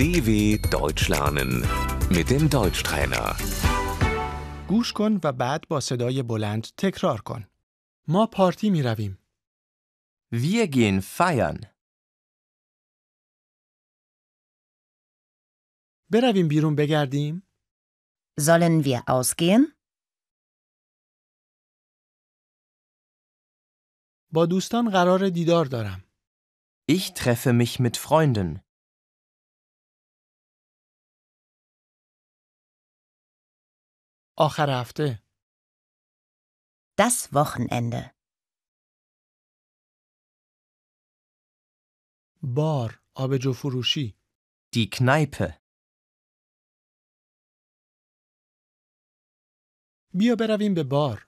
DW Deutsch lernen mit dem Deutschtrainer. گوش کن و بعد با صدای بلند تکرار کن. ما پارتی می رویم. Wir gehen feiern. برویم بیرون بگردیم. Sollen wir ausgehen? با دوستان قرار دیدار دارم. Ich treffe mich mit Freunden. آخر هفته. Das Wochenende. بار. آبجو فروشی. Die Kneipe. بیا برویم به بار.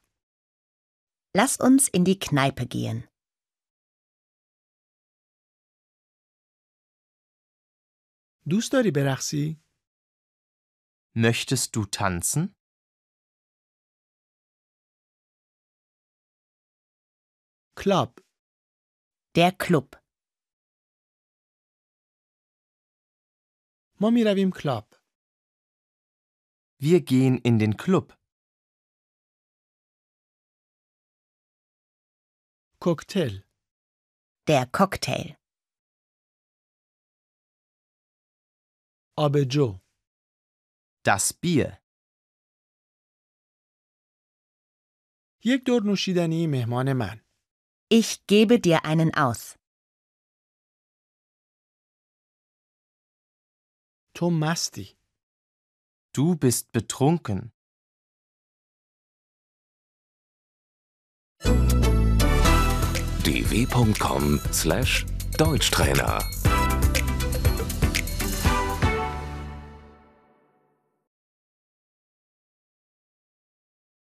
Lass uns in die Kneipe gehen. دوست داری برقصی؟ Möchtest du tanzen? کلاب. Der Club. ما می رویم کلاب. Wir gehen in den Club. کوکتل. Der Cocktail. آبجو. Das Bier. یک دور نوشیدنی مهمان من. Ich gebe dir einen aus. تو مستی. Du bist betrunken. dw.com/deutschtrainer